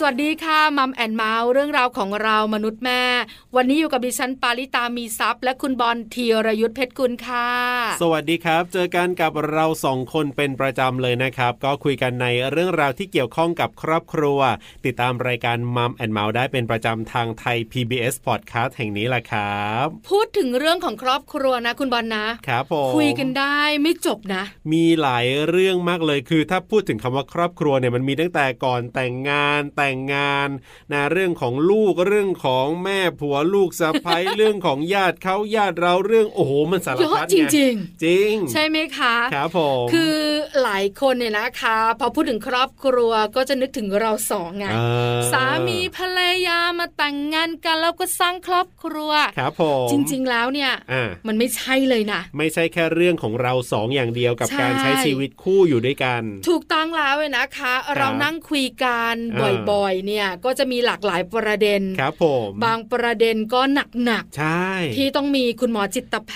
สวัสดีค่ะมัมแอนเมาส์เรื่องราวของเรามนุษย์แม่ วันนี้อยู่กับดิฉันปาริตามีซัพย์ และคุณบอลธีรยุทธเพชรกุลค่ะ สวัสดีครับ เจอกันกับเราสองคนเป็นประจำเลยนะครับ ก็คุยกันในเรื่องราวที่เกี่ยวข้องกับครอบครัว ติดตามรายการมัมแอนเมาได้เป็นประจำทางไทย PBS Podcast แห่งนี้แหละครับ พูดถึงเรื่องของครอบครัวนะ คุณบอลนะ ครับผม คุยกันได้ไม่จบนะ มีหลายเรื่องมากเลยคือถ้าพูดถึงคำว่าครอบครัวเนี่ยมันมีตั้งแต่ก่อนแต่งงานแต่งงานนะเรื่องของลูกเรื่องของแม่ผัวลูกสะใภ้ เรื่องของญาติเขาญาติเราเรื่องโอ้โหมันสาร เยอะ พัด จ ไง ริง จริง ๆ ใช่ไหมคะ ครับผม คือหลายคนเนี่ยนะคะ พอพูดถึงครอบครัวก็จะนึกถึงเราสองไง เออ สามีภรรยามาแต่งงานกันแล้วก็สร้างครอบครัว ครับผม จริงๆแล้วเนี่ย ๆอ่า มันไม่ใช่เลยนะ ไม่ใช่แค่เรื่องของเราสองอย่างเดียวกับ ใช่ การใช้ชีวิตคู่อยู่ด้วยกัน ถูกต้องแล้วเลยนะคะ เรานั่งคุยกัน เออ บ่อยๆ เนี่ยก็จะมีหลากหลายประเด็น ครับผม บางประเด็นก็หนัก ใช่ ๆ ที่ต้องมีคุณหมอจิตแพ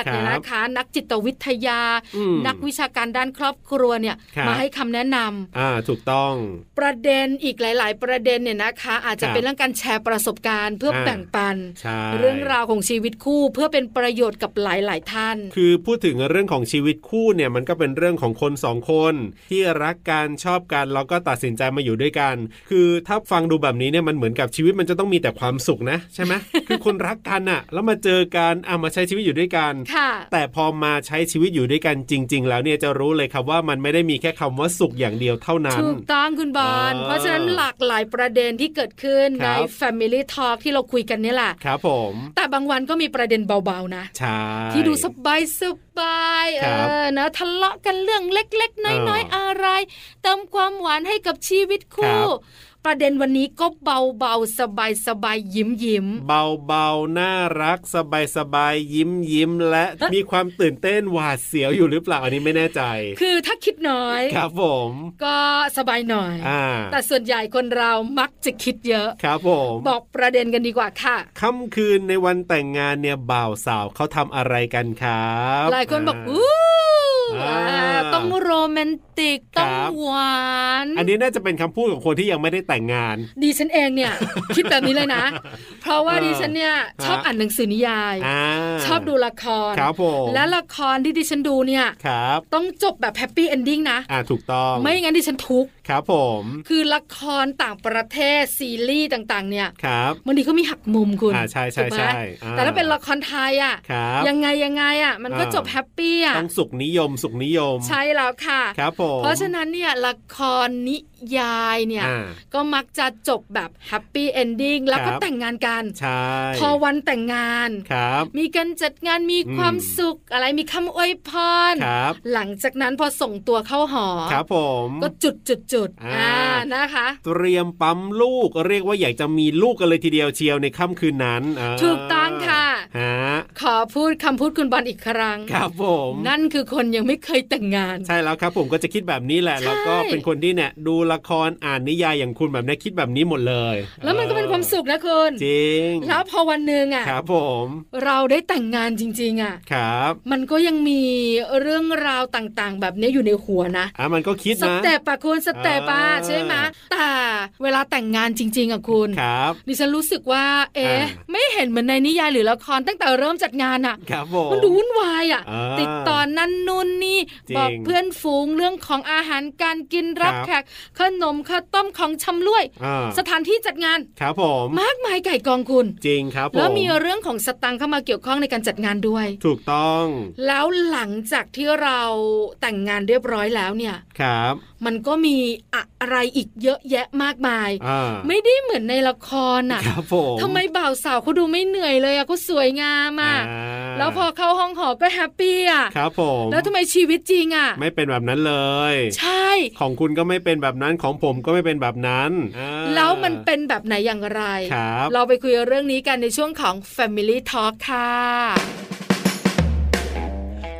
ทย์ ครับ เนี่ยนะคะ นักจิตวิทยา อืม นักวิชาการด้านครอบครัวเนี่ย ครับ มาให้คำแนะนำ อ่าถูกต้อง ประเด็นอีกหลาย ๆ ประเด็นเนี่ยนะคะ อาจจะ ครับ เป็นเรื่องการแชร์ประสบการณ์เพื่อ เออ แบ่งปัน ใช่ เรื่องราวของชีวิตคู่เพื่อเป็นประโยชน์กับหลายๆ ท่าน คือพูดถึงเรื่องของชีวิตคู่เนี่ยมันก็เป็นเรื่องของคนสองคน ที่รักกันชอบกันแล้วก็ตัดสินใจมาอยู่ด้วยกัน คือถ้าฟังดูแบบนี้เนี่ยมันเหมือนกับชีวิตมันจะต้องมีแต่ความสุขนะใช่ไหม คือคนรักกันอะแล้วมาเจอกันอ่ะมาใช้ชีวิตอยู่ด้วยกัน ค่ะ แต่พอมาใช้ชีวิตอยู่ด้วยกันจริง ๆ แล้วเนี่ยจะรู้เลยครับว่ามันไม่ได้มีแค่คำว่าสุขอย่างเดียวเท่านั้น ถูกต้องคุณบอล อ่า เพราะฉะนั้นหลากหลายประเด็นที่เกิดขึ้น ค ใน รับ Family Talk ที่เราคุยกันเนี่ยแหละ ครับผม แต่บางวันก็มีประเด็นเบาๆนะ ใช่ ที่ดูสบายสบายๆ ค เอ รับ อนะทะเลาะกันเรื่องเล็กๆ น้อยๆ อ่า อะไร เติมความหวานให้กับชีวิตคู่ ครับ ประเด็นวันนี้ก็เบาๆ สบายๆ ยิ้มๆ เบาๆน่ารักสบายสบายๆยิ้มยิ้มๆและ เอ๊ะ มีความตื่นเต้นหวาดเสียวอยู่หรือเปล่าอันนี้ไม่แน่ใจ คือถ้าคิดน้อย ครับผม ก็สบายหน่อย อ่า แต่ส่วนใหญ่คนเรามักจะคิดเยอะ ครับผม บอกประเด็นกันดีกว่าค่ะ ค่ำคืนในวันแต่งงานเนี่ยบ่าวสาวเขาทำอะไรกันครับ หลายคนบอกอู้ า อ่า อ่าต้องโรแมนติก ครับ ต้องหวาน อันนี้น่าจะเป็นคำพูดของคนที่ยังไม่ได้แต่งงาน ดิฉันเอง เนี่ย คิดแบบนี้เลยนะ เพราะว่า เออ ดิฉันเนี่ยชอบ ฮะ อ่านหนังสือนิยาย อ่า ชอบดูละคร ครับผม และละครที่ดิฉันดูเนี่ย ครับ ต้องจบแบบแฮปปี้เอนดิ้งนะ อ่าถูกต้อง ไม่งั้นดิฉันทุกข์ ครับผม คือละครต่างประเทศซีรีส์ต่างๆ เนี่ย ครับ บางทีก็มีหักมุมคุณ อ่าใช่ใช่ ถูกไหม ใช่อ่า แต่ถ้าเป็นละครไทยอ่ะ ครับ ยังไงยังไงอ่ะมันก็ อ่า จบแฮปปี้อ่ะ ต้องสุขนิยมสุขนิยม ใช่แล้วค่ะ ครับผม เพราะฉะนั้นเนี่ยละครนิยายเนี่ย อ่า ก็มักจะจบแบบแฮปปี้เอนดิ้งแล้วก็ ครับ แต่งงานกัน ใช่ พอวันแต่งงาน ครับ มีการจัดงานมี อืม ความสุข อะไรมีคำอวยพร ครับ หลังจากนั้นพอส่งตัวเข้าหอ ครับผม ก็จุดจุดจุด อ่า อ่านะคะ เตรียมปั๊มลูกเรียกว่าอยากจะมีลูกกันเลยทีเดียวเชียวในค่ำคืนนั้นอ่า ถูกต้องค่ะ ฮะ ขอพูดคำพูดคุณบอลอีกครั้ง ครับผม นั่นคือคนยังไม่เคยแต่งงาน ใช่แล้วครับผมก็จะคิดแบบนี้แหละ ใช่ แล้วก็เป็นคนที่เนี่ยดูละครอ่านนิยายอย่างคุณแบบเนี้ยคิดแบบนี้หมดเลย แล้วมันก็เป็นความสุขนะคุณ จริง แล้วพอวันหนึ่งอ่ะ ครับผม เราได้แต่งงานจริง ๆ อ่ะ ครับ มันก็ยังมีเรื่องราวต่างๆ แบบนี้อยู่ในหัวนะ อ่ะมันก็คิด ส นะ เต็ปอะคุณสเต็ปอะ อ่า ใช่ไหมแต่เวลาแต่งงานจริง ๆอะคุณ ครับ ดิฉันรู้สึกว่า เอ๊ะ อ่า ไม่เห็นเหมือนในนิยายหรือละครตั้งแต่เริ่มจัดงานอะ ครับผม มันดูวุ่นวายอะ อ่า ติดต่อนั่นนู่นนี่ จริง บอกเพื่อนฝูงเรื่องของอาหารการกินรับ ครัแขกบขนมข้าวต้มของชำล่วย อ่า สถานที่จัดงาน ครับผม มากมายไก่กองคุณ จริงครับผม แล้วมีเรื่องของสตังค์เข้ามาเกี่ยวข้องในการจัดงานด้วย ถูกต้อง แล้วหลังจากที่เราแต่งงานเรียบร้อยแล้วเนี่ย ครับ มันก็มีอะไรอีกเยอะแยะมากมาย อ่า ไม่ได้เหมือนในละครน่ะ ครับผม ทำไมบ่าวสาวเขาดูไม่เหนื่อยเลยอะเขาสวยงาม อ่า อะแล้วพอเข้าห้องหอก็แฮปปี้อะ ครับผม แล้วทำไมชีวิตจริงอะ ไม่เป็นแบบนั้นเลย ใช่ ของคุณก็ไม่เป็นแบบนั้นของผมก็ไม่เป็นแบบนั้นอ่า แล้วมันเป็นแบบไหนอย่างไร ครับ เราไปคุยเรื่องนี้กันในช่วงของ Family Talk ค่ะ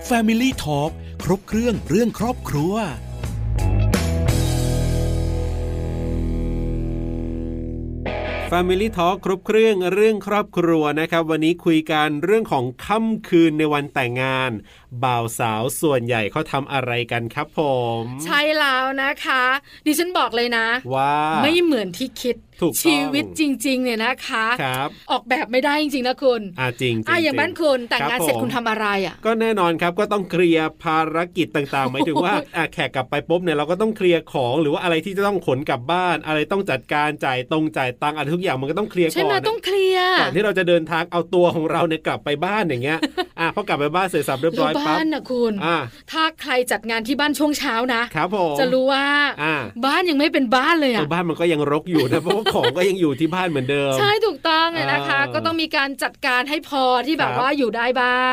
Family Talk ครบเครื่องเรื่องครอบครัว แฟ Family Talk ครบเครื่องเรื่องครอบครัวนะครับ วันนี้คุยกันเรื่องของค่ำคืนในวันแต่งงาน บ่าวสาวส่วนใหญ่เขาทำอะไรกันครับผม ใช่แล้วนะคะ ดิฉันบอกเลยนะ ว่า ไม่เหมือนที่คิด ถูกต้อง ชีวิตจริง ๆ เนี่ยนะคะ ครับ ออกแบบไม่ได้จริง ๆ นะคุณ อ่าจริงๆ อ่ะอย่าง จริๆ บ้านคุณแต่ง รับ งานเสร็จ ผม คุณทำอะไรอ่ะ ก็แน่นอนครับก็ต้องเคลียร์ภารกิจต่างๆหมายถึง ว่าอ่ะแขกกลับไปปุ๊บเนี่ยเราก็ต้องเคลียร์ของหรือว่าอะไรที่จะต้องขนกลับบ้าน อะไรต้องจัดการจ่ายตรงจ่ายตังค์อะไรทุกอย่างมันก็ต้องเคลียร์ ใช่ ก่อ ไหม น ต้องเคลียร์ ก่อนที่เราจะเดินทางเอาตัวของเราเนี่ยกลับไปบ้านอย่างเงี้ยอ่ะพอกลับไปบ้านเสร็จสับเรียบ แล้ ร้ ว อย บ้า ปั๊บ นนะคุณ อ่ะ ถ้าใครจัดงานที่บ้านช่วงเช้านะ ครับผม จะรู้ว่า อ่า บ้านยังไม่เป็นบ้านเลย เอ อ่ะ อบ้านมันก็ยังรกอยู่นะ เพราะว่าของก็ยังอยู่ที่บ้านเหมือนเดิม ใช่ถูกต้องเลยนะคะ อ่า ก็ต้องมีการจัดการให้พอที่แบบ ครับ ว่าอยู่ได้บ้าง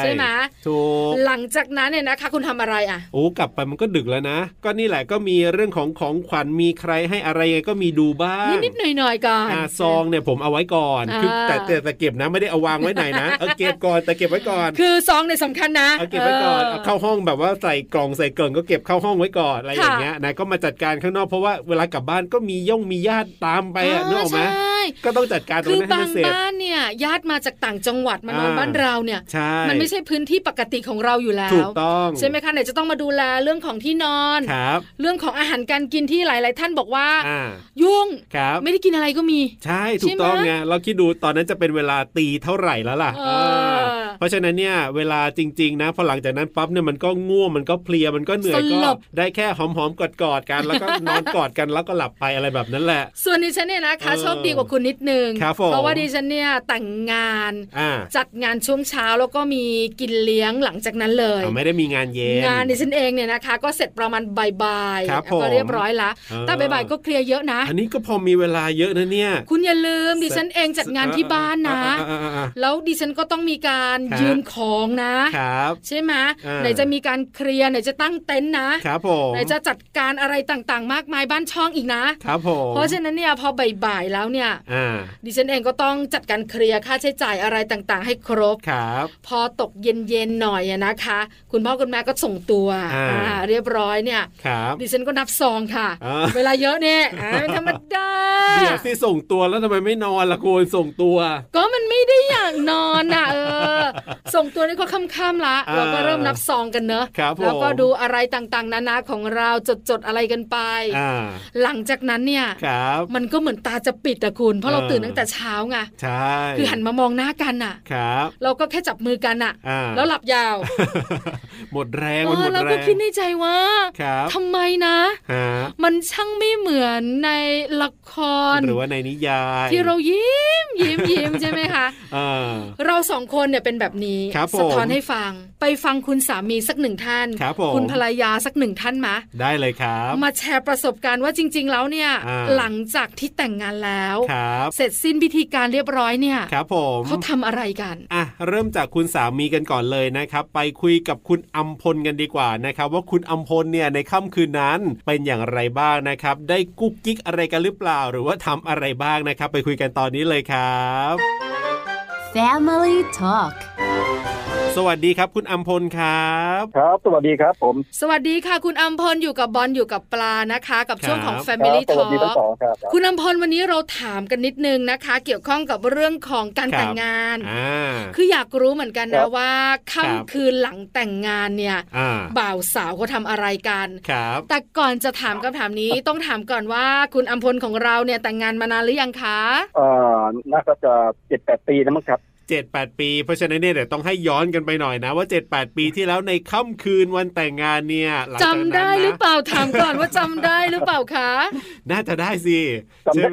ใช่ ไหม ถูก หลังจากนั้นเนี่ยนะคะ คุณทำอะไรอ่ะ โอ้กลับไปมันก็ดึกแล้วนะ ก็นี่แหละก็มีเรื่องของของขวัญมีใครให้อะไรยังไงก็มีดูบ้าง นิดๆหน่อยๆก่อน อ่าซองเนี่ยผมเอาไว้ก่อน อ่า คือแต่แต่แต่เก็บนะไม่ได้เอาวางไว้ไหนนะ เอาเก็บก่อนแต่เก็บไว้ก่อน คือซองเนี่ยสำคัญนะ เอาเก็บไว้ก่อนเอาเข้าห้องแบบว่าใส่กล่องใส่เกล่องก็เก็บเข้าห้องไว้ก่อนอะไรอย่างเงี้ยนะก็มาจัดการข้างนอกเพราะว่าเวลากลับบ้านก็มีย่องมีญาติตามไปอะนึกออกไหม ใช่ ก็ต้องจัดการตรง คือ นั้นให้ บางมันเสร็จ บ้านเนี่ยญาติมาจากต่างจังหวัดมานอน อ่า บ้านเราเนี่ย ใช่ มันไม่ใช่พื้นที่ปกติของเราอยู่แล้ ถู ว กต้อง ใช่ไหมคะไหนจะต้องมาดูแลเรื่องของที่นอน ครับ เรื่องของอาหารการกินที่หลาย ๆ ท่านบอกว่า อ่า ยุ่ง ครับ ไม่ได้กินอะไรก็มี ใช่ถูกต้อง ใช่ไหม ไงเราคิดดูตอนนั้นจะเป็นเวลาตีเท่าไหร่แล้วล่ะ เออ เออเพราะฉะนั้นเนี่ยเวลาจริง ๆ นะพอหลังจากนั้นปั๊บเนี่ยมันก็ง่วงมันก็เพลียมันก็เหนื่อย ส ก็ ลบ ได้แค่หอมๆกอดๆกัน แล้วก็ นอนกอดกันแล้วก็หลับไปอะไรแบบนั้นแหละ ส่วนดิฉันเนี่ยนะคะ เออ โชคดีกว่าคุณนิดนึง ครับผม เพราะว่าดิฉันเนี่ยแต่งงาน อ่า จัดงานช่วงเช้าแล้วก็มีกินเลี้ยงหลังจากนั้นเลย เอาไม่ได้มีงานเย็น งานดิฉันเองเนี่ยนะคะ ก็เสร็จประมาณบ่ายๆ ครับ แล้วก็เรียบร้อยละ เออ แต่บ่ายๆก็เคลียร์เยอะนะ อันนี้ก็พอมีเวลาเยอะนะเนี่ย คุณอย่าลืมดิฉันเองจัดงานที่บ้านนะ เออเออเออเออ แล้วดิฉันก็ต้องมีการ ครับ ยืนของนะ ครับ ใช่ไหม อ่า ไหนจะมีการเคลียร์ไหนจะตั้งเต็นท์นะ ครับผม ไหนจะจัดการอะไรต่างๆ มากมายบ้านช่องอีกนะ ครับผม เพราะฉะนั้นเนี่ยพอบ่ายๆแล้วเนี่ย อ่า ดิฉันเองก็ต้องจัดการเคลียร์ค่าใช้จ่ายอะไรต่างๆ ให้ครบ ครับ พอตกเย็นๆหน่อยอะนะคะ คุณพ่อคุณแม่ก็ส่งตัว อ่า อ่าเรียบร้อยเนี่ย ครับ ดิฉันก็นับซองค่ะ อ่า เวลาเยอะเนี่ยอ่าเป็นธรรมดา เดี๋ยวที่ส่งตัวแล้วทำไมไม่นอนล่ะคุณส่งตัว ก็มันไม่ได้อยากนอนอ่ะเออ ส่งตัวนี่ก็ค่ำๆละ อ่า เราก็เริ่มนับซองกันเนอะ ครับผม แล้วก็ดูอะไรต่างๆ นานาของเราจดๆอะไรกันไป อ่า หลังจากนั้นเนี่ย ครับ มันก็เหมือนตาจะปิดอะคุณ เพราะเรา เออ ตื่นตั้งแต่เช้าไง ใช่ คือหันมามองหน้ากันอะ ครับ เราก็แค่จับมือกันอะ อ่า แล้วหลับยาว หมดแรง เอ มันหม อ ด เรา แร ก็ ง คิดในใจว่า ครับ ทำไมนะ ฮะ มันช่างไม่เหมือนในละคร หรือว่าในนิยาย ที่เรายิ้มยิ้มยิ้มใช่ไหมคะ เออ เราสองคนเนี่ยเป็นแบบนี้ ครับผม สะท้อนให้ฟัง ไปฟังคุณสามีสักหนึ่งท่าน ครับผม ณภรรยาสักหนึ่งท่านมะ ได้เลยครับ มาแชร์ประสบการณ์ว่าจริง ๆ แล้วเนี่ย อ่า หลังจากที่แต่งงานแล้ว ครับ เสร็จสิ้นพิธีการเรียบร้อยเนี่ย ครับผม เขาทำอะไรกัน อ่ะเริ่มจากคุณสามีกันก่อนเลยนะครับ ไปคุยกับคุณอัมพลกันดีกว่านะครับ ว่าคุณอัมพลเนี่ยในค่ำคืนนั้นเป็นอย่างไรบ้างนะครับ ได้กุ๊กกิ๊กอะไรกันหรือเปล่า หรือว่าทำอะไรบ้างนะครับ ไปคุยกันตอนนี้เลยครับ Family Talk สวัสดีครับ คุณอัมพลครับ ครับ สวัสดีครับผม สวัสดีค่ะ คุณอัมพลอยู่กับบอลอยู่กับปลานะคะ กับช่วงของ ครับ Family ครับสวัสดีทั้ง Talk สองครับ คุณอัมพลวันนี้เราถามกันนิดนึงนะคะ เกี่ยวข้องกับเรื่องของการ ครับ แต่งงาน อ่า คืออยากรู้เหมือนกันนะว่า ครับ ค่ำคืนหลังแต่งงานเนี่ย อ่า บ่าวสาวเขาทำอะไรกัน ครับ แต่ก่อนจะถามคำถามนี้ ต้องถามก่อนว่าคุณอัมพลของเราเนี่ยแต่งงานมานานหรือยังคะ เอ่อน่าจะเจ็ดแปดปีนะมั้งครับ เจ็ดแปดปี เพราะฉะนั้นเนี่ยเดี๋ยวต้องให้ย้อนกันไปหน่อยนะ ว่าเจ็ดแปดปีที่แล้วในค่ำคืนวันแต่งงานเนี่ยหลังจาก จำ นั้น ได้หรือ นะ เปล่าถามก่อนว่าจำได้หรือเปล่าคะ น่าจะได้สิ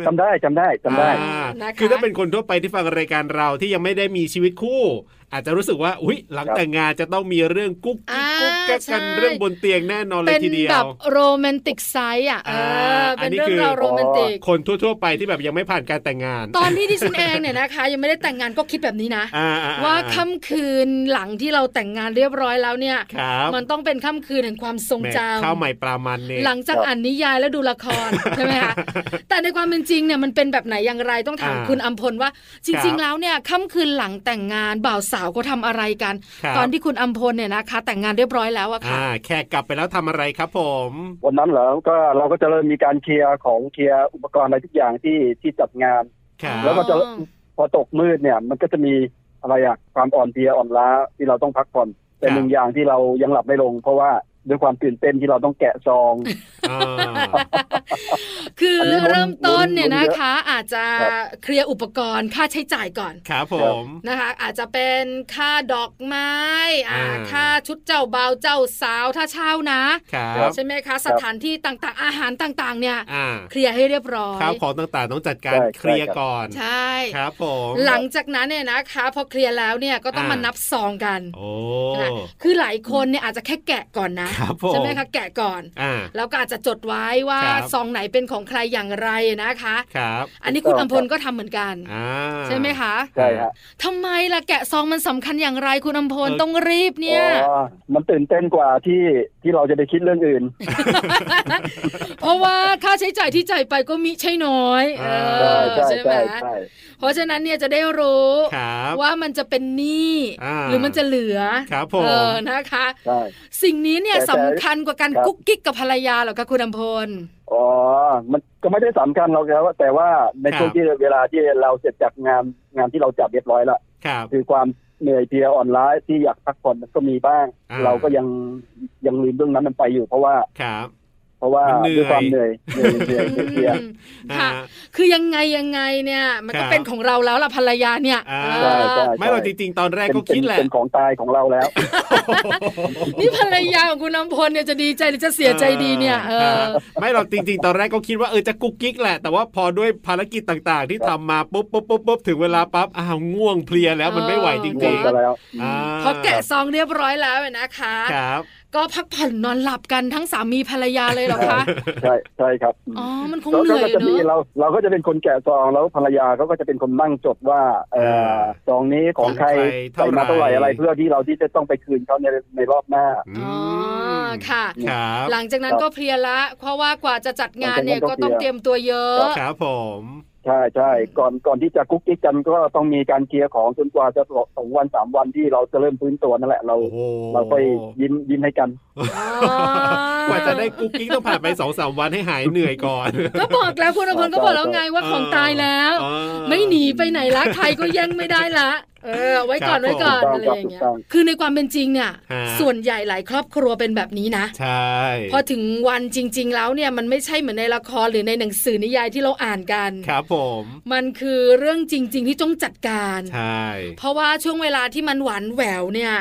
จำได้จำได้จำได้จำได้ อ่า นะคะ คือถ้าเป็นคนทั่วไปที่ฟังรายการเราที่ยังไม่ได้มีชีวิตคู่ อาจจะรู้สึกว่าอุ้ยหลังแต่งงานจะต้องมีเรื่องกุ๊กกิ๊กกุ๊กกักกันเรื่องบนเตียงแน่นอน เล เป็ ย น ทีเดีย แบ ว บโรแมนติกไซส์อ่ะเออ อั เป็น น นี้ เรื่อ คื ง อ ราวโรแมนติก คนทั่วๆไปที่แบบยังไม่ผ่านการแต่งงาน ตอนที่ดิฉันเองเนี่ยนะคะ ยังไม่ได้แต่งงานก็คิดแบบนี้นะ อ่าอ่อ่ ว่าค่ำคืนหลังที่เราแต่งงานเรียบร้อยแล้วเนี่ย ครับ มันต้องเป็นค่ำคืนแห่งความทรง แหม่ จ ข้าวำใหม่ปลามันเนี่ย หลังจาก ครับ อ่านนิยายแล้วดูละคร ใช่ไหมคะแต่ในความเป็นจริงเนี่ยมันเป็นแบบไหนอย่างไรต้องถาม อ่า คุณอัมพลว่า จ ครั ริง บ ๆ แล้วเนี่ยค่ำคืนหลังแต่งงานบ่าวสาวเขาทำอะไรกัน ครับ ตอนที่คุณอัมพลเนี่ยนะคะ แต่งงานเรียบร้อยแล้วอะค่ะ อ่าแขกกลับไปแล้วทำอะไรครับผม วันนั้นเหรอก็เราก็จะเริ่มมีการเคลียร์ของเคลียร์อุปกรณ์อะไรทุกอย่างที่ที่จัดงาน ครับ แล้วก็จะ พอตกมืดเนี่ยมันก็จะมีอะไรอะความอ่อนเพลียอ่อนล้าที่เราต้องพักผ่อนคแต่รับ หนึ่งอย่างที่เรายังหลับไม่ลง เพราะว่าด้วยความตื่นเต้นที่เราต้องแกะซอง อ่า คืออน นี้ผม เริ่มต้นเนี่ยนะคะ อาจจะ ครับ เคลียร์อุปกรณ์ค่าใช้จ่ายก่อน ครับผม นะคะ อาจจะเป็นค่าดอกไม้อ่า อ่า ค่าชุดเจ้าบ่าวเจ้าสาวถ้าเช่านะ ครับ ใช่ไหมคะ สถานที่ต่างๆ อาหารต่างๆ เนี่ย อ่า เคลียร์ให้เรียบร้อย ข้าวของต่างๆ ต้องจัดการ ใช่ เคลียร์ ใช่ครับ ก่อน ใช่ ครับผม หลังจากนั้นเนี่ยนะคะพอเคลียร์แล้วเนี่ยก็ต้อง อ่าม มานับซองกัน โอ้ นะคือหลายคนเนี่ยอาจจะแค่แกะก่อนนะ ครับผม ใช่ไหมคะแกะก่อน อ่า แล้วก็อาจจะจดไว้ว่า ครับ ซองไหนเป็นของใครอย่างไรนะคะ ครับ อันนี้คุณ ถู อัมกต้อง พลก็ทำเหมือนกัน อ่า ใช่ไหมคะ ใช่ฮะ ทำไมล่ะแกะซองมันสำคัญอย่างไรคุณอัมพล เออ ต้องรีบเนี่ย อ๋อมันตื่นเต้นกว่าที่ที่เราจะไปคิดเรื่องอื่น เพราะว่าค่าใช้จ่ายที่จ่ายไปก็มิใช่น้อยเออใช่ใช่ ใช่ไหม ใช่ใช่ เพราะฉะนั้นเนี่ยจะได้รู้ ครับ ว่ามันจะเป็นหนี้ อ่า หรือมันจะเหลือ ครับผม เออนะคะ ใช่ สิ่งนี้เนี่ย แต่แต่ สำคัญกว่าการ ครับ กุ๊กกิ๊กกับภรรยาเหรอคะคุณอำพล อ๋อ มันก็ไม่ได้สำคัญเราแล้วแต่ว่าในช่วคงรับ ที่เวลาที่เราเสร็จจากงานงานที่เราจัดเรียบร้อยแล้ว ครับ คือความเหนื่อยเพลียอ่อนล้าที่อยากพักผ่อนก็มีบ้าง อ่า เราก็ยังยังลืมเรื่องนั้นมันไปอยู่ เพราะว่า ครับ เพราะว่า มันเหนื่อย ด้วยความเหนื่อยเหนื่อยเหนื่อยเหนื่อยเพลี ย อืมค่ะ อ่า คือยังไงยังไงเนี่ย มัน ครั ก็ บ เป็นของเราแล้วล่ะภรรยาเนี่ย อ่า เออ ใช่ใช่ ไม่เราจริงๆ ตอนแรก เป็น ก็คิดแหละ เป็นของตายของเราแล้ว นี่ภรรยาของคุณอำพลเนี่ยจะดีใจหรือจะเสียใจดีเนี่ย เออครับไม่เราจริง ๆ ตอนแรกก็คิดว่าเออจะกุ๊กกิ๊กแหละ แต่ว่าพอด้วยภารกิจต่างๆ ที่ทำมาปุ๊บปุ๊บปุ๊บปุ๊บถึงเวลาปั๊บอ้าวง่วงเพลียแล้วมันไม่ไหว จ ง่ ริ วง ง ซะแล้ว ๆอ่า พอแกะซองเรียบร้อยแล้วเนี่ยนะคะ ครับ ก็พักผ่อนนอนหลับกันทั้งสามีภรรยาเลยเหรอคะ ใช่ใช่ครับ อ๋อ มันคง แล้ว เหนื่อยก็จะมี เนอะ เราเราก็จะเป็นคนแกะซองแล้วภรรยาเขาก็จะเป็นคนนั่งจดว่าเอ่เอออ ซองนี้ของใคร ของใคร ใส่มา เท่า เท่า ไห ไห ร่ ร่อะไรเพื่อที่เราที่จะต้องไปคืนเขาในในรอบหน้า อ๋อ ม ค่ะ ครับ หลังจากนั้นก็เพลียละ เพราะว่ากว่าจะจัดงานเนี่ย หลั ก็ งจากนั้นก็ ต้องเตรียมตัวเยอะ ครับผม ใช่ใช่ก่อนก่อนที่จะกุ๊กกิ๊กกันก็ต้องมีการเคลียร์ของจนกว่าจะสองวันสามวันที่เราจะเริ่มฟื้นตัวนั่นแหละเรา โอ้โห เราไปยิ้มยิ้มให้กัน อ๋อก ว่าจะได้กุ๊กกิ๊กต้องผ่านไปสองสามวันให้หายเหนื่อยก่อน ก็บอกแล้วคุณอภรก็บอกแล้วไงว่าของตายแล้ว เออ ไม่หนีไปไหนละใครก็แย่งไม่ได้ละ เออ ไว้ก่อน ครับ ไว้ก่อน ผม อะไรอย่างเงี้ย ถูกต้อง คือในความเป็นจริงเนี่ย ฮะ ส่วนใหญ่หลายครอบครัวเป็นแบบนี้นะ ใช่ พอถึงวันจริง ๆ แล้วเนี่ยมันไม่ใช่เหมือนในละครหรือในหนังสือนิยายที่เราอ่านกัน ครับผม มันคือเรื่องจริง ๆ ที่ต้องจัดการ ใช่ เพราะว่าช่วงเวลาที่มันหวานแหววเนี่ย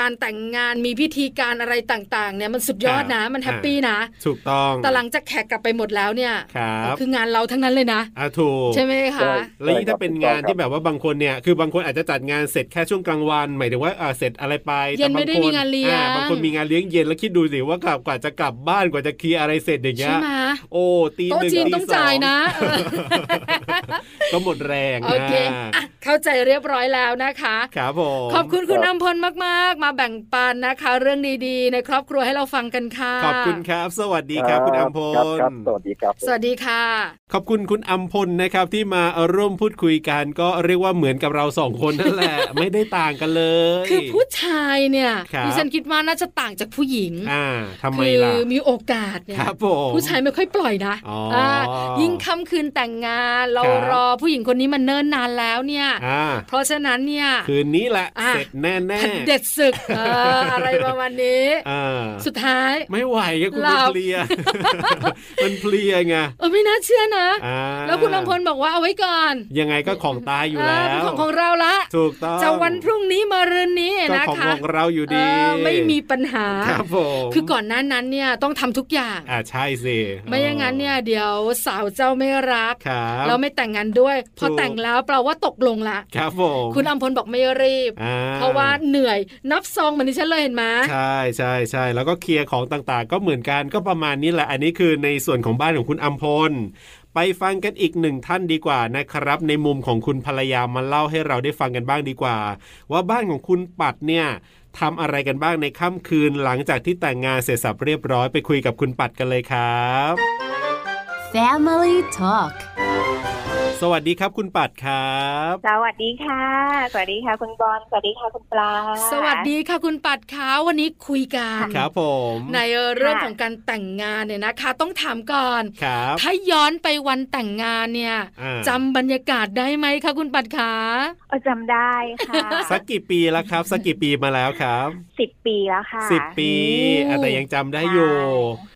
การแต่งงานมีพิธีการอะไรต่างๆ เนี่ยมันสุดยอดนะ มันแฮปปี้นะ ถูกต้อง แต่หลังจากแขกกลับไปหมดแล้วเนี่ย ครับ คืองานเราทั้งนั้นเลยนะ อ่ะถูก ใช่ไหมคะ ใช่ แล้วยิ่งถ้าเป็นงานที่แบบว่าบางคนเนี่ยคือบางคนอาจจะจัดงานเสร็จแค่ช่วงกลางวัน หมายถึงว่าเอ่อเสร็จอะไรไป เย็น แต่บ ไม่ได้มีงานเลี้ยง อ่บางคนมีงานเลี้ยงเย็นแล้วคิดดูสิว่ากลับกว่าจะกลับบ้านกว่าจะเคลียร์อะไรเสร็จอย่างเงี้ ใช่ ย ไหม โอ้ตีห โต๊ะ นึ่ง จีน ตี ต้อง สอ จ่าย ง นะเออ ก็หมดแรง โอเค อ่า อ่ะเข้าใจเรียบร้อยแล้วนะคะ ครับผม ขอบคุณคุณนำพลมากๆ มาแบ่งปันนะคะ เรื่องดีๆ ในครอบครัวให้เราฟังกันค่ะ ขอบคุณครับ สวัสดีครับคุณอัมพล ครับครับสวัสดีครับ สวัสดีค่ะ ขอบคุณคุณอัมพลนะครับที่มาร่วมพูดคุยกันก็เรียกว่าเหมือนกับเราสองคนนั่นแหละ ไม่ได้ต่างกันเลย คือผู้ชายเนี่ย ครับ ดิฉันคิดว่าน่าจะต่างจากผู้หญิง อ่าทำไม คื ล่ะ มีโอกาสเนี่ ค ย รับผม ผู้ชายไม่ค่อยปล่อยนะ อ๋ออ่ ายิ่งค่ำคืนแต่งงาน เรา ครับ รอผู้หญิงคนนี้มันเนิ่นนานแล้วเนี่ย อ่า เพราะฉะนั้นเนี่ย คืนนี้แหละ อ่ะ เสร็จแน่แน่ ผัดเด็ดศึกเอออะไรประมาณนี้ อ่า สุดท้าย ไม่ไหวไงคุณ หลั มัน บ เพลีย มันเพลียไง เออไม่น่าเชื่อนะ อ่า แล้วคุณอำพลบอกว่าเอาไว้ก่อน ยังไงก็ของตายอยู่ เอ แล้ อเป็น ว ของของเราละ ถูกต้อง จะวันพรุ่งนี้มารืนนี้ ก็ นะ ของ คะ ของเราอยู่ เอ ดี อไม่มีปัญหา ครับผม คือก่อนหน้านั้นเนี่ยต้องทำทุกอย่าง อ่าใช่สิ ไม่อย่างนั้นเนี่ยเดี๋ยวสาวเจ้าไม่รัก ครับ เราไม่แต่งงานด้วย พอ ถูก แต่งแล้วแปลว่าตกลงละ ครับผม คุณอัมพลบอกไม่รีบ อ่ เพราะว่าเหนื่อยนับซองเหมือนที่ฉันเลยเห็นไหม ใช่ใช่ใช่แล้วก็เคลียร์ของต่างๆ ก็เหมือนกันก็ประมาณนี้แหละ อันนี้คือในส่วนของบ้านของคุณอัมพล ไปฟังกันอีกหนึ่งท่านดีกว่านะครับ ในมุมของคุณภรรยามาเล่าให้เราได้ฟังกันบ้างดีกว่า ว่าบ้านของคุณปัดเนี่ยทำอะไรกันบ้างในค่ำคืนหลังจากที่แต่งงานเสร็จสับเรียบร้อยไปคุยกับคุณปัดกันเลยครับ Family Talk ส สวัสดีครับคุณปัดครับ สวัสดีค่ะ สวัสดีค่ะ คุณบอล สวัสดีค่ะคุณปลา สวัสดีค่ะคุณปัดขาววันนี้คุยกัน ครับผม ในเรื่อง ค่ะ ของการแต่งงานเนี่ยนะคะ ต้องถามก่อน ครับ ถ้าย้อนไปวันแต่งงานเนี่ย อ่า จำบรรยากาศได้ไหมคะคุณปัดขา เออจำได้ค่ะ สักกี่ปีแล้วครับ สักกี่ปีมาแล้วครับ สิบปีแล้วค่ะ สิบปีอ่ะแต่ยังจำได้อยู่ ใช่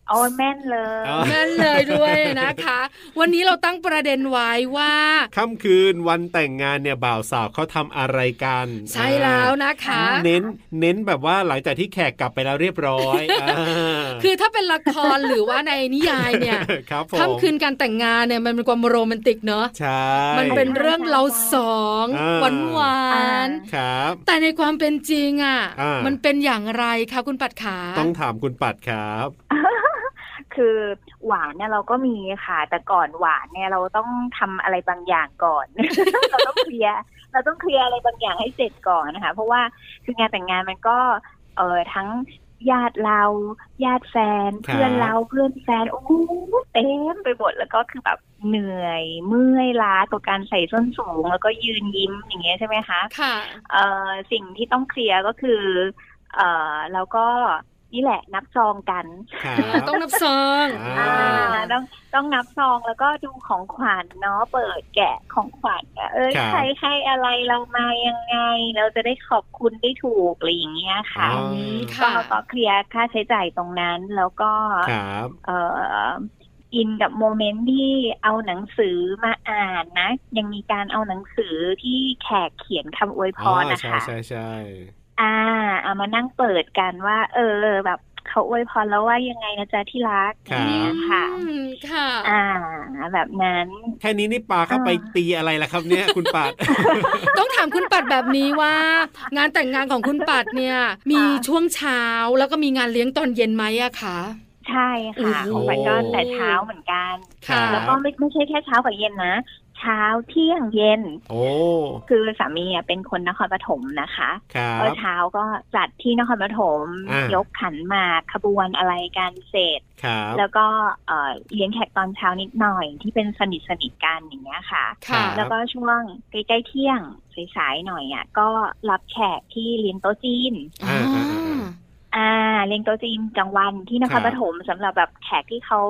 โอ้ยแม่นเลย เอา นั่นเลยด้วยนะคะ วันนี้เราตั้งประเด็นไว้ว่า ค่ำคืนวันแต่งงานเนี่ยบ่าวสาวเขาทำอะไรกัน ใช่แล้วนะคะ เน้นเน้นแบบว่าหลังจากที่แขกกลับไปแล้วเรียบร้อยอ่า คือถ้าเป็นละครหรือว่าในนิยาย เนี่ย ครับผม ค่ำคืนการแต่งงานเนี่ยมันเป็นความโรแมนติกเนอะ ใช่ มันเป็นเรื่องเราสอง อ่า หวานหวานๆ ครับ แต่ในความเป็นจริงอ่ะ อ่ามั มันเป็นอย่างไรคะคุณปัดขา ต้องถามคุณปัดครับ คือหวานเนี่ยเราก็มีค่ะ แต่ก่อนหวานเนี่ยเราต้องทำอะไรบางอย่างก่อน เราต้องเคลียร์เราต้องเคลียร์อะไรบางอย่างให้เสร็จก่อนนะคะ เพราะว่าคืองานแต่งงานมันก็ เออทั้งญาติเราญาติแฟน ครับ เพื่อนเราเพื่อนแฟนโอ้โหเต็มไปหมดแล้วก็คือแบบเหนื่อยเมื่อยล้ากับการใส่ส้นสูง แล้วก็ยืนยิ้มอย่างเงี้ยใช่ไหมคะ ค่ะ เอ่อสิ่งที่ต้องเคลียร์ก็คือ เอ่อแล้วก็นี่แหละนับซองกัน ครับ ต้องนับซอง อ่า อ่าต้องต้องนับซองแล้วก็ดูของขวัญเนาะเปิดแกะของขวัญอะเอ้ย ครับ ใครให้อะไรเรามายังไง เราจะได้ขอบคุณได้ถูกอะไรอย่างเงี้ยค่ะ อ๋อ อืม ก็ ค่ะ ก็เคลียร์ค่าใช้จ่ายตรงนั้นแล้วก็ ครับ เอ่ออินกับโมเมนต์ที่เอาหนังสือมาอ่านนะ ยังมีการเอาหนังสือที่แขกเขียนคำอวยพ อ๋อ รนะ ใช่ คะ ใช่ใช่ อ่าเอามานั่งเปิดกันว่า เออ แบบเขาอวยพรแล้วว่ายังไงนะจ๊ะที่รักอย่างเงี้ยค่ะ อืมค่ะ อ่า แบบนั้น แค่นี้นี่ปลาเข้าไป อ่า ตีอะไรล่ะครับเนี่ย คุณ ปัด ต้องถามคุณปัดแบบนี้ว่า งานแต่งงานของคุณปัดเนี่ย มีช่วงเช้าแล้วก็มีงานเลี้ยงตอนเย็นไหมอะคะ ใช่ค่ะ โอ้โห ของขวัญก็แต่เช้าเหมือนกัน ครับ แล้วก็ไม่ไม่ใช่แค่เช้ากับเย็นนะ เช้าเที่ยงเย็น โอ้ คือสามีอ่ะเป็นคนนครปฐมนะคะ ครับ ก็เช้าก็จัดที่นครปฐม อ่าย ยกขันหมากขบวนอะไรกันเสร็จ ครับ แล้วก็เอ่อเลี้ยงแขกตอนเช้านิดหน่อยที่เป็นสนิทสนิทๆกันอย่างเงี้ยค่ะ ค่ะ รับ แล้วก็ช่วงใกล้ๆเที่ยงสายๆหน่อยอ่ะก็รับแขกที่เลี้ยงโต๊ะจีน อ่าอ่าอ่า อ่าเลี้ยงโต๊ะจีนกลางวันที่นค ครั ร บ ปฐมสำหรับแบบแขกที่เขา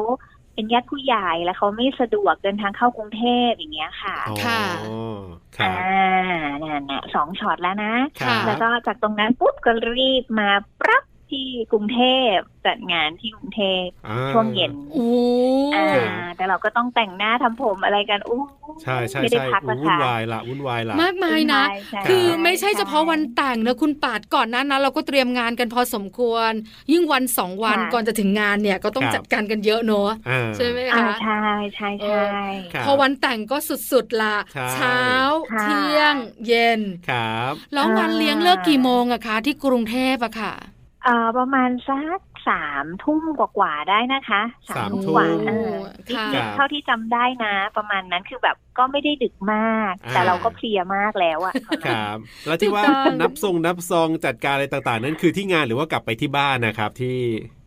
เป็นญาติผู้ใหญ่แล้วเขาไม่สะดวกเดินทางเข้ากรุงเทพอย่างเงี้ยค่ะ อ๋อ ค่ะ ครั อ่า บ นั่นนะสองช็อตแล้วนะ ค ค่ะ รับ แล้วก็จากตรงนั้นปุ๊บก็รีบมาปรับที่กรุงเทพจัดงานที่กรุงเทพ อ่า ช่วงเย็น โอ้ อ่า ครับ แต่เราก็ต้องแต่งหน้าทำผมอะไรกันอู้ ใช่ใช่ ไม่ได้ ใช่ พัก อุ๊ยนะวุ่น คะ วายละวุ่นวายละ มากมายนะ ใช่ คือไม่ใช่เฉพาะวันแต่งนะคุณปาดก่อนหนั้นนะเราก็เตรียมงานกันพอสมควร ยิ่งวันสองวันก่อนจะถึงงานเนี่ยก็ต้อง ครับ จัดการกันเยอะเนอะ อ่า ใช่ไหม อ่า คะ ใช่ใช่ เอ ใช่ ครับ พอวันแต่งก็สุดๆละ ใช่ เช้า ค่ะ เที่ยง เย็น ครับ แล้วงานเลี้ยงเลิกกี่โมงอะคะ ที่กรุงเทพอะค่ะ เอ่อประมาณสักสามทุ่มกว่าๆได้นะคะ สามทุ่ม กว่าเออ ค่ะ ครับ เท่าที่จำได้นะ ประมาณนั้นคือแบบก็ไม่ได้ดึกมาก อ่า แต่เราก็เพลียมากแล้วอะ ครับ แล้วที่ว่า ถูกต้อง นับทรงนับซองจัดการอะไรต่างๆ นั่นคือที่งานหรือว่ากลับไปที่บ้านนะครับที่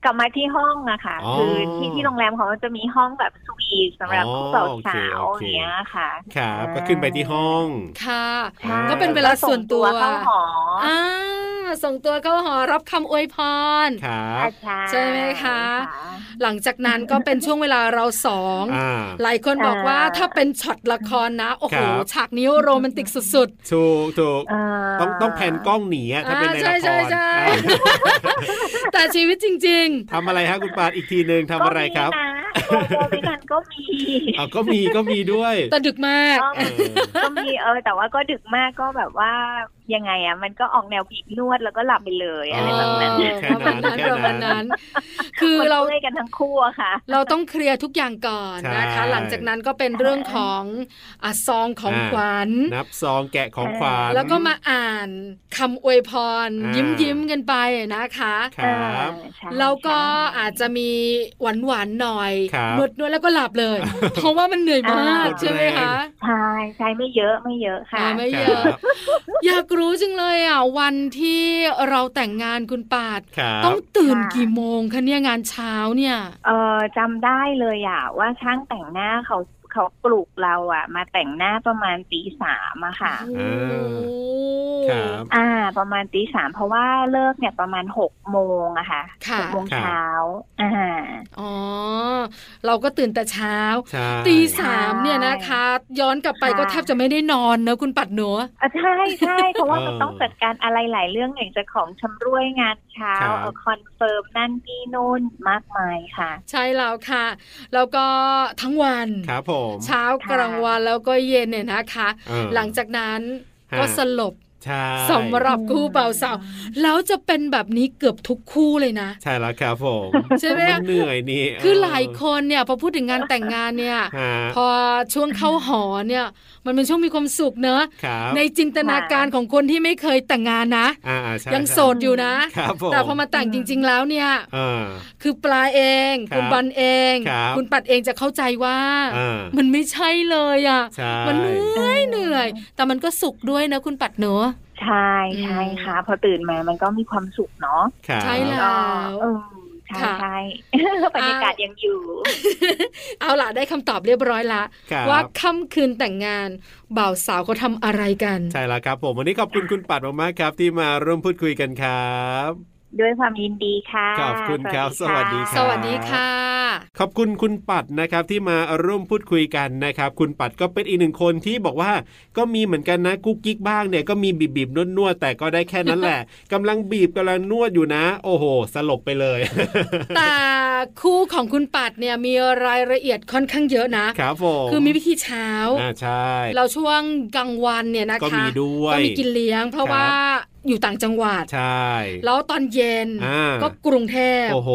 กลับมาที่ห้องอะค่ะ อ๋อ คือที่ที่โรงแรมของเราจะมีห้องแบบสวีทสำหรับ อ๋อ คู่บ่าว โอเค สาว โอ อ เค ย่างเงี้ยค่ะ ครับก็ขึ้นไปที่ห้อง ค่ะ ใช่ ก็เป็นเวลาส่วนตัว ก็งเข้าหอ อ่าส่งตัวเข้าหอรับคำอวยพร ครับ ใช่ ใช่ไหมคะ ค่ะ หลังจากนั้นก็เป็นช่วงเวลาเราสอง อ่า หลายคนบอกว่า อ่า ถ้าเป็นช็อตละครนะ โอ้โห ครับ ฉากนี้โรแมนติกสุด ถูกถูก เอ่ ต้องต้องแผ่นกล้องหนีอะถ้าเป็นในละ อ่า ค ใช่ ร ใช่ใช่ อ่า ๆ แต่ชีวิตจริง ทำอะไรฮะคุณปาดอีกทีหนึ่งทำอะไรครับ ก็มีนะ โกโก้ด้วยกันก็มี อ่าก็มีก็มีด้วย ๆ แต่ดึกมาก ก็ เอ มี อ ก็มีเออ แต่ว่าก็ดึกมากก็แบบว่ายังไงอ่ะ มันก็ออกแนวบีบนวดแล้วก็หลับไปเลย อ๋ออ อะไรแบบนั้น แค่ ประมาณนั้น นประนั้แค่นั้ มาณ น นั้น คือเรา มันเมื่ยกันทั้งคู่อะค่ะ เราต้องเคลียร์ทุกอย่างก่อนนะคะ ใช่ หลังจากนั้นก็เป็นเรื่องของอะซองของ อ่า ขวัญ นับซองแกะของขวัญ แล้วก็มาอ่านคำอวยพร อ่า ยิ้มยิ้มๆกันไปนะคะ ครับ เออใช่ แล้วก็ ใช่ อาจจะมีหวานหวานๆหน่อย ครับ นวดนวดแล้วก็หลับเลย เพราะว่ามันเหนื่อยมาก อ่า ใช่ไหมคะ ใช่ใช่ไม่เยอะไม่เยอะค่ะ อ่าไม่ ค เย รั อะ บ อยากรู้จังเลยอ่ะวันที่เราแต่งงานคุณปาด ครับ ต้องตื่นกี่โมงคะเนี่ยงานเช้าเนี่ย เออจำได้เลยอ่ะว่าช่างแต่งหน้าเขา เขาปลุกเราอะมาแต่งหน้าประมาณตีสามอะค่ะ โอ้โห ครับ อ่า ประมาณตีสามเพราะว่าเลิกเนี่ยประมาณหกโมงอะค่ะ ค่ะ หกโมงเช้าอ่า อ๋อ เราก็ตื่นแต่เช้า ใช่ ตีสามเนี่ยนะคะ ย้อนกลับไปก็ ค่ะ แทบจะไม่ได้นอนนะคุณปัดหนู อ่ะใช่ใช่เพราะว่ามันต้องจัดการอะไรหลายเรื่องหนึ่งจะของชำร่วยงานเช้าเออคอนเฟิร์มนั่นนี่โน่นมากมายค่ะ ใช่แล้วค่ะ แล้วก็ทั้งวัน ครับผม เช้ากลางวันแล้วก็เย็นเนี่ยนะคะ เออ หลังจากนั้น ฮะ ก็สลบ ใช่ สำหรับคู่เบาสาวแล้วจะเป็นแบบนี้เกือบทุกคู่เลยนะ ใช่แล้วครับผม ใช่ไหม นเหนื่อยนี่ คือหลายคนเนี่ยพอพูดถึงงานแต่งงานเนี่ย ฮะ พอช่วงเข้าหอเนี่ย มันเป็นช่วงมีความสุขเนอะ ครับ ในจินตนาการของคนที่ไม่เคยแต่งงานนะ อ่าๆใช่ ยังโสดอยู่นะ ครับผม แต่พอมาแต่งจริง ๆ แล้วเนี่ย อ่า คือปลาเอง ครับ คุณบอลเอง ครับ ณปัดเองจะเข้าใจว่า อ่า มัมันไม่ใช่เลยอ่ะ ใช่ มันเหนื่อยเหนื่อย แต่มันก็สุขด้วยนะคุณปัดเนอะ ใช่ใช่ค่ะ พอตื่นมามันก็มีความสุขเนาะ ครับ ใช่แล้ว ก็เออใช่ ค่ะ ใช่ บรรยากาศ อ่ะ ยังอยู่ เอาล่ะได้คำตอบเรียบร้อยละ ครับ ว่าค่ำคืนแต่งงานบ่าวสาวเขาทำอะไรกัน ใช่แล้วครับผมวันนี้ขอบคุณคุณปัดมากๆครับ ที่มาร่วมพูดคุยกันครับ ด้วยความยินดีค่ะ ขอบคุณครับสวัสดี ะ ค ส รับ วัสดีค่ะ ขอบคุณคุณปัดนะครับที่มาร่วมพูดคุยกันนะครับ คุณปัดก็เป็นอีกหนึ่งคนที่บอกว่าก็มีเหมือนกันนะกุ๊กกิ๊กบ้างเนี่ยก็มีบีบบีบนวดนวดๆแต่ก็ได้แค่นั้นแหละ กำลังบีบกำลังนวดอยู่นะ โอ้โห สลบไปเลย แต่คู่ของคุณปัดเนี่ยมีรายละเอียดค่อนข้างเยอะนะ ครับผม คือมีพิธีเช้า อ่าใช่ เราช่วงกลางวันเนี่ยนะคะ ก็มีด้วย ก็มีกินเลี้ยง เพราะ ครับ ว่าอยู่ต่างจังหวัด ใช่ แล้วตอนเย็น อ่า ก็กรุงเทพ โอ้โห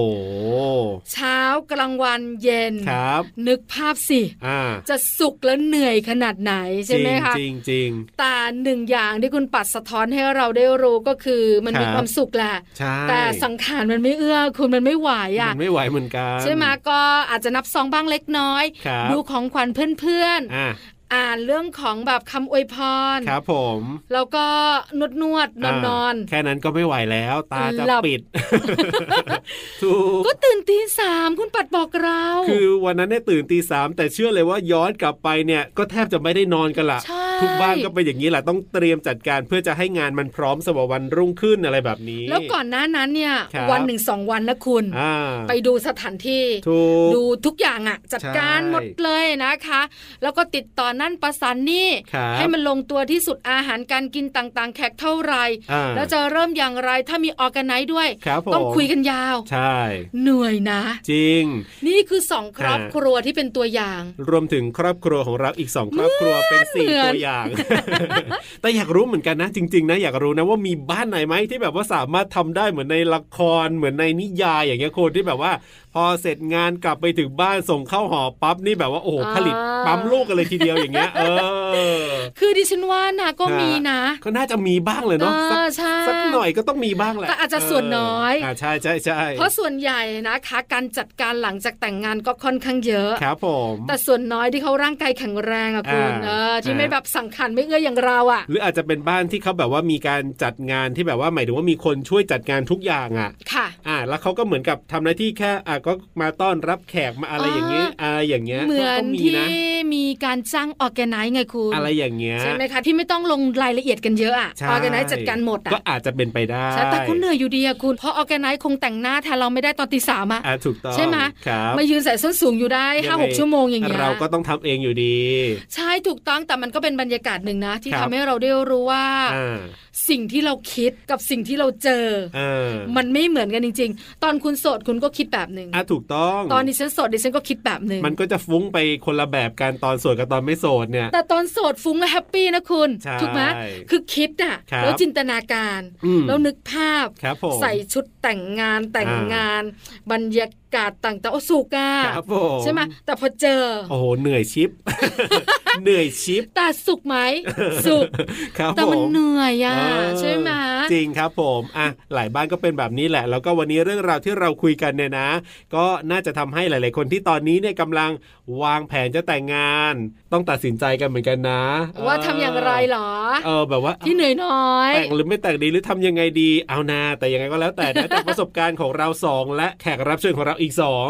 เช้ากลางวันเย็น ครับ นึกภาพสิ อ่า จะสุขแล้วเหนื่อยขนาดไหนใช่ไหมคะ จริงจริง แต่หนึ่งอย่างที่คุณปัดสะท้อนให้เราได้รู้ก็คือมันมี ครับ ความสุขแหละ ๆใช่ แต่สังขารมันไม่เอื้อคุณมันไม่ไหว มั อ่ะ นไม่ไหวเหมือนกัน ใช่ไหมก็อาจจะนับซองบ้างเล็กน้อย ครับ ดูของขวัญเพื่อน อ่า ๆ อ่านเรื่องของแบบคำอวยพร ครับผม แล้วก็นวดนวดนอนนอน าแค่นั้นก็ไม่ไหวแล้ว ตาจะ หลับ ปิ ด ถูก ก็ตื่นตีสามคุณปัดบอกเรา คือวันนั้นเนี่ยตื่นตีสามแต่เชื่อเลยว่าย้อนกลับไปเนี่ยก็แทบจะไม่ได้นอนกันละ ใช่ ทุกบ้านก็เป็นอย่างนี้แหละต้องเตรียมจัดการเพื่อจะให้งานมันพร้อมสำหรับวันรุ่งขึ้นอะไรแบบนี้ แล้วก่อนหน้านั้นเนี่ย ครับ วันหนึ่งสองวันนะคุณ อ่า ไปดูสถานที่ ถูก ดูทุกอย่างอะ่ะ จัดการ ใช่ หมดเลยนะคะ แล้วก็ติดต่อนั่นประสานนี่ ครับ ให้มันลงตัวที่สุดอาหารการกินต่างๆ แขกเท่าไหร อ่า แล้วจะเริ่มอย่างไรถ้ามีออร์แกไนซ์ด้วย ครับผม ต้องคุยกันยาว ใช่ เหนื่อยนะ จริง นี่คือสองครอบ อ่า ครัวที่เป็นตัวอย่าง รวมถึงครอบครัวของเราอีกสองครอบครัวเป็นสี่ เหมือน ตัวอย่าง แต่อยากรู้เหมือนกันนะ จริง ๆ นะอยากรู้นะว่ามีบ้านไหนไหมที่แบบว่าสามารถทำได้เหมือนในละครเหมือนในนิยายอย่างเงี้ยคนที่แบบว่า พอเสร็จงานกลับไปถึงบ้านส่งเข้าหอปั๊บนี่แบบว่าโอ้โหผลิตปั๊มลูกกันเลยทีเดียวอย่างเงี้ยเออ คือดิฉันว่านะก็ ฮะ มีนะ ก็น่าจะมีบ้างเลยเนาะ อ สัก อใช่ สักหน่อยก็ต้องมีบ้างแหละ แต่อาจจะส่วนน้อย าใช่ใช่ใช่ เพราะส่วนใหญ่นะคะ การจัดการหลังจากแต่งงานก็ค่อนข้างเยอะ ครับผม แต่ส่วนน้อยที่เขาร่างกายแข็งแรงอะคุณ อ่า เออที่ อ่า ไม่แบบสังขารไม่เอื้ออย่างเราอะ หรืออาจจะเป็นบ้านที่เขาแบบว่ามีการจัดงานที่แบบว่าหมายถึงว่ามีคนช่วยจัดงานทุกอย่างอ่ะ ค่ะ อ่าแล้วเขาก็เหมือนกับทำหน้าที่แค่อ่าก็มาต้อนรับแขกมาอะไร อ่า อย่างเงี้ยอะไรอย่างเงี้ย เหมือน ก็มี ที่ นะ มีการจ้างออแกไนซ์ไงคุณ อะไรอย่างเงี้ย ใช่ไหมคะที่ไม่ต้องลงรายละเอียดกันเยอะอะ ใช่ ออแกไนซ์จัดการหมดอะ ก็อาจจะเป็นไปได้ ใช่แต่คุณเหนื่อยอยู่ดีอะคุณเพราะออแกไนซ์คงแต่งหน้าแทนเราไม่ได้ตอนตีสามอะ อ่าถูกต้อง ใช่ไหม ครับ มายืนใส่ส้นสูงอยู่ได้ห้าหกชั่วโมงอย่างเงี้ย เราก็ต้องทำเองอยู่ดี ใช่ถูกต้องแต่มันก็เป็นบรรยากาศหนึ่งนะ ที่ ครั ทำ บ ให้เราได้รู้ว่า อ่า สิ่งที่เราคิดกับสิ่งที่เราเจออ อ่า มันไม่เหมือนกันจริง ๆ ตอนคุณโสดคุณก็คิดแบบหนึ่ง อ่าถูกต้อง ตอนดิฉันโสดดิฉันก็คิดแบบหนึ่ง มันก็จะฟุ้งไปคนละแบบกันตอนโสดกับตอนไม่โสดเนี่ย แต่ตอนโสดฟุ้งและแฮปปี้นะคุณ ใช่ ถูกไหมคือคิดอ่ะ ครับ แล้วจินตนาการ อืม แล้วนึกภาพ ครับผม ใส่ชุดแต่งงานแต่ง อ่าง งาน บรรยากาศต่างๆโอสุกา ครับผม ใช่ไหมแต่พอเจอ โอ้โหเหนื่อยชิป เหนื่อยชิป แต่สุขไหมสุข ครับ แต่ ผ มัน ม เหนื่อยอ่ะ เออ ใช่ไหม จริงครับผมอ่ะหลายบ้านก็เป็นแบบนี้แหละ แล้วก็วันนี้เรื่องราวที่เราคุยกันเนี่ยนะ ก็น่าจะทำให้หลาย ๆ คนที่ตอนนี้เนี่ยกำลังวางแผนจะแต่งงาน านต้องตัดสินใจกันเหมือนกันนะ ว่าทำอย่างไรเหรอ เออแบบว่า ที่เหนื่อยน้อย แต่งหรือไม่แต่งดีหรือทำยังไงดีเอานาแต่ยังไงก็แล้วแต่นะ จากประสบการณ์ของเราสองและแขกรับเชิญของเราอีกสอง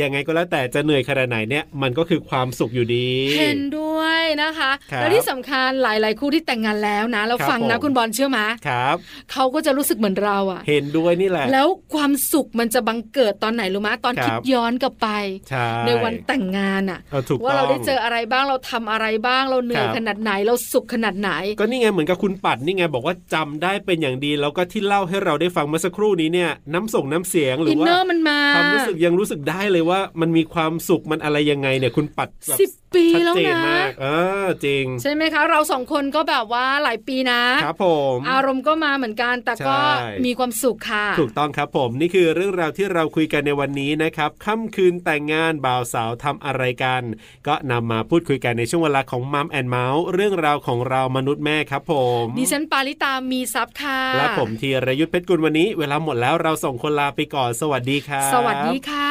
ยังไงก็แล้วแต่จะเหนื่อยขนาดไหนเนี่ยมันก็คือความสุขอยู่ดี เห็นด้วยนะคะ ครับ และที่สำคัญหลาย ๆ คู่ที่แต่งงานแล้วนะ เรา ครับ ฟังนะ ผม คุณบอลเชื่อไหม ครับ เขาก็จะรู้สึกเหมือนเราอะ เห็นด้วยนี่แหละ แล้วความสุขมันจะบังเกิดตอนไหนรู้ไหมตอน ครับ คิดย้อนกลับไป ใช่ ในวันแต่งงานอะ เออถูก ว่า ต้ เรา อง ได้เจออะไรบ้างเราทำอะไรบ้าง เราเหนื่อย ครับ ขนาดไหนเราสุขขนาดไหน ก็นี่ไงเหมือนกับคุณปัดนี่ไงบอกว่าจำได้เป็นอย่างดีแล้วก็ที่เล่าให้เราได้ฟังเมื่อสักครู่นี้เนี่ยน้ำส่งน้ำเสียงหรื อิ อน ว่า เนอร์มันมา ความรู้สึกยังรู้สึกได้เลยว่า มันมีความสุขมันอะไรยังไงเนี่ยคุณปัดแบบ สิบปี ชัด แล้ว เจน นะ มากเออจริง ใช่ไหมคะ เราสองคนก็แบบว่าหลายปีนะ ครับผม อารมณ์ก็มาเหมือนกันแต่ก็ ใช่ มีความสุขค่ะ ถูกต้องครับผมนี่คือเรื่องราวที่เราคุยกันในวันนี้นะครับค่ำคืนแต่งงานบ่าวสาวทำอะไรกัน ก็นำมาพูดคุยกันในช่วงเวลาของมัมแอนเมาส์เรื่องราวของเรามนุษย์แม่ครับผม ดิฉันปาริตามีซับค่ะ และผมธีรยุทธเพชรกุลวันนี้ เวลาหมดแล้วเราส่งคนลาไปก่อนสวัสดีครับ สวัสดีค่ะ